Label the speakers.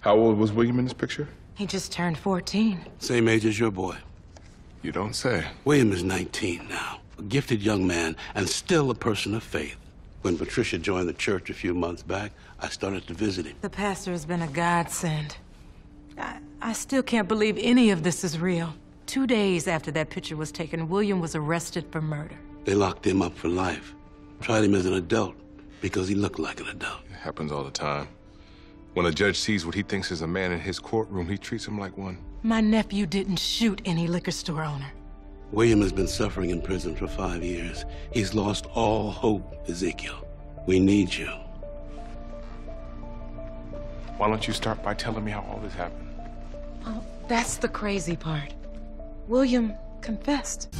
Speaker 1: How old was William in this picture?
Speaker 2: He just turned 14.
Speaker 3: Same age as your boy.
Speaker 1: You don't say.
Speaker 3: William is 19 now, a gifted young man, and still a person of faith. When Patricia joined the church a few months back, I started to visit him.
Speaker 2: The pastor has been a godsend. I, I still can't believe any of this is real. Two days after that picture was taken, William was arrested for murder.
Speaker 3: They locked him up for life, tried him as an adult because he looked like an adult.
Speaker 1: It happens all the time. When a judge sees what he thinks is a man in his courtroom, he treats him like one.
Speaker 2: My nephew didn't shoot any liquor store owner.
Speaker 3: William has been suffering in prison for five years. He's lost all hope, Ezekiel. We need you.
Speaker 1: Why don't you start by telling me how all this happened?
Speaker 2: Oh, that's the crazy part. William confessed.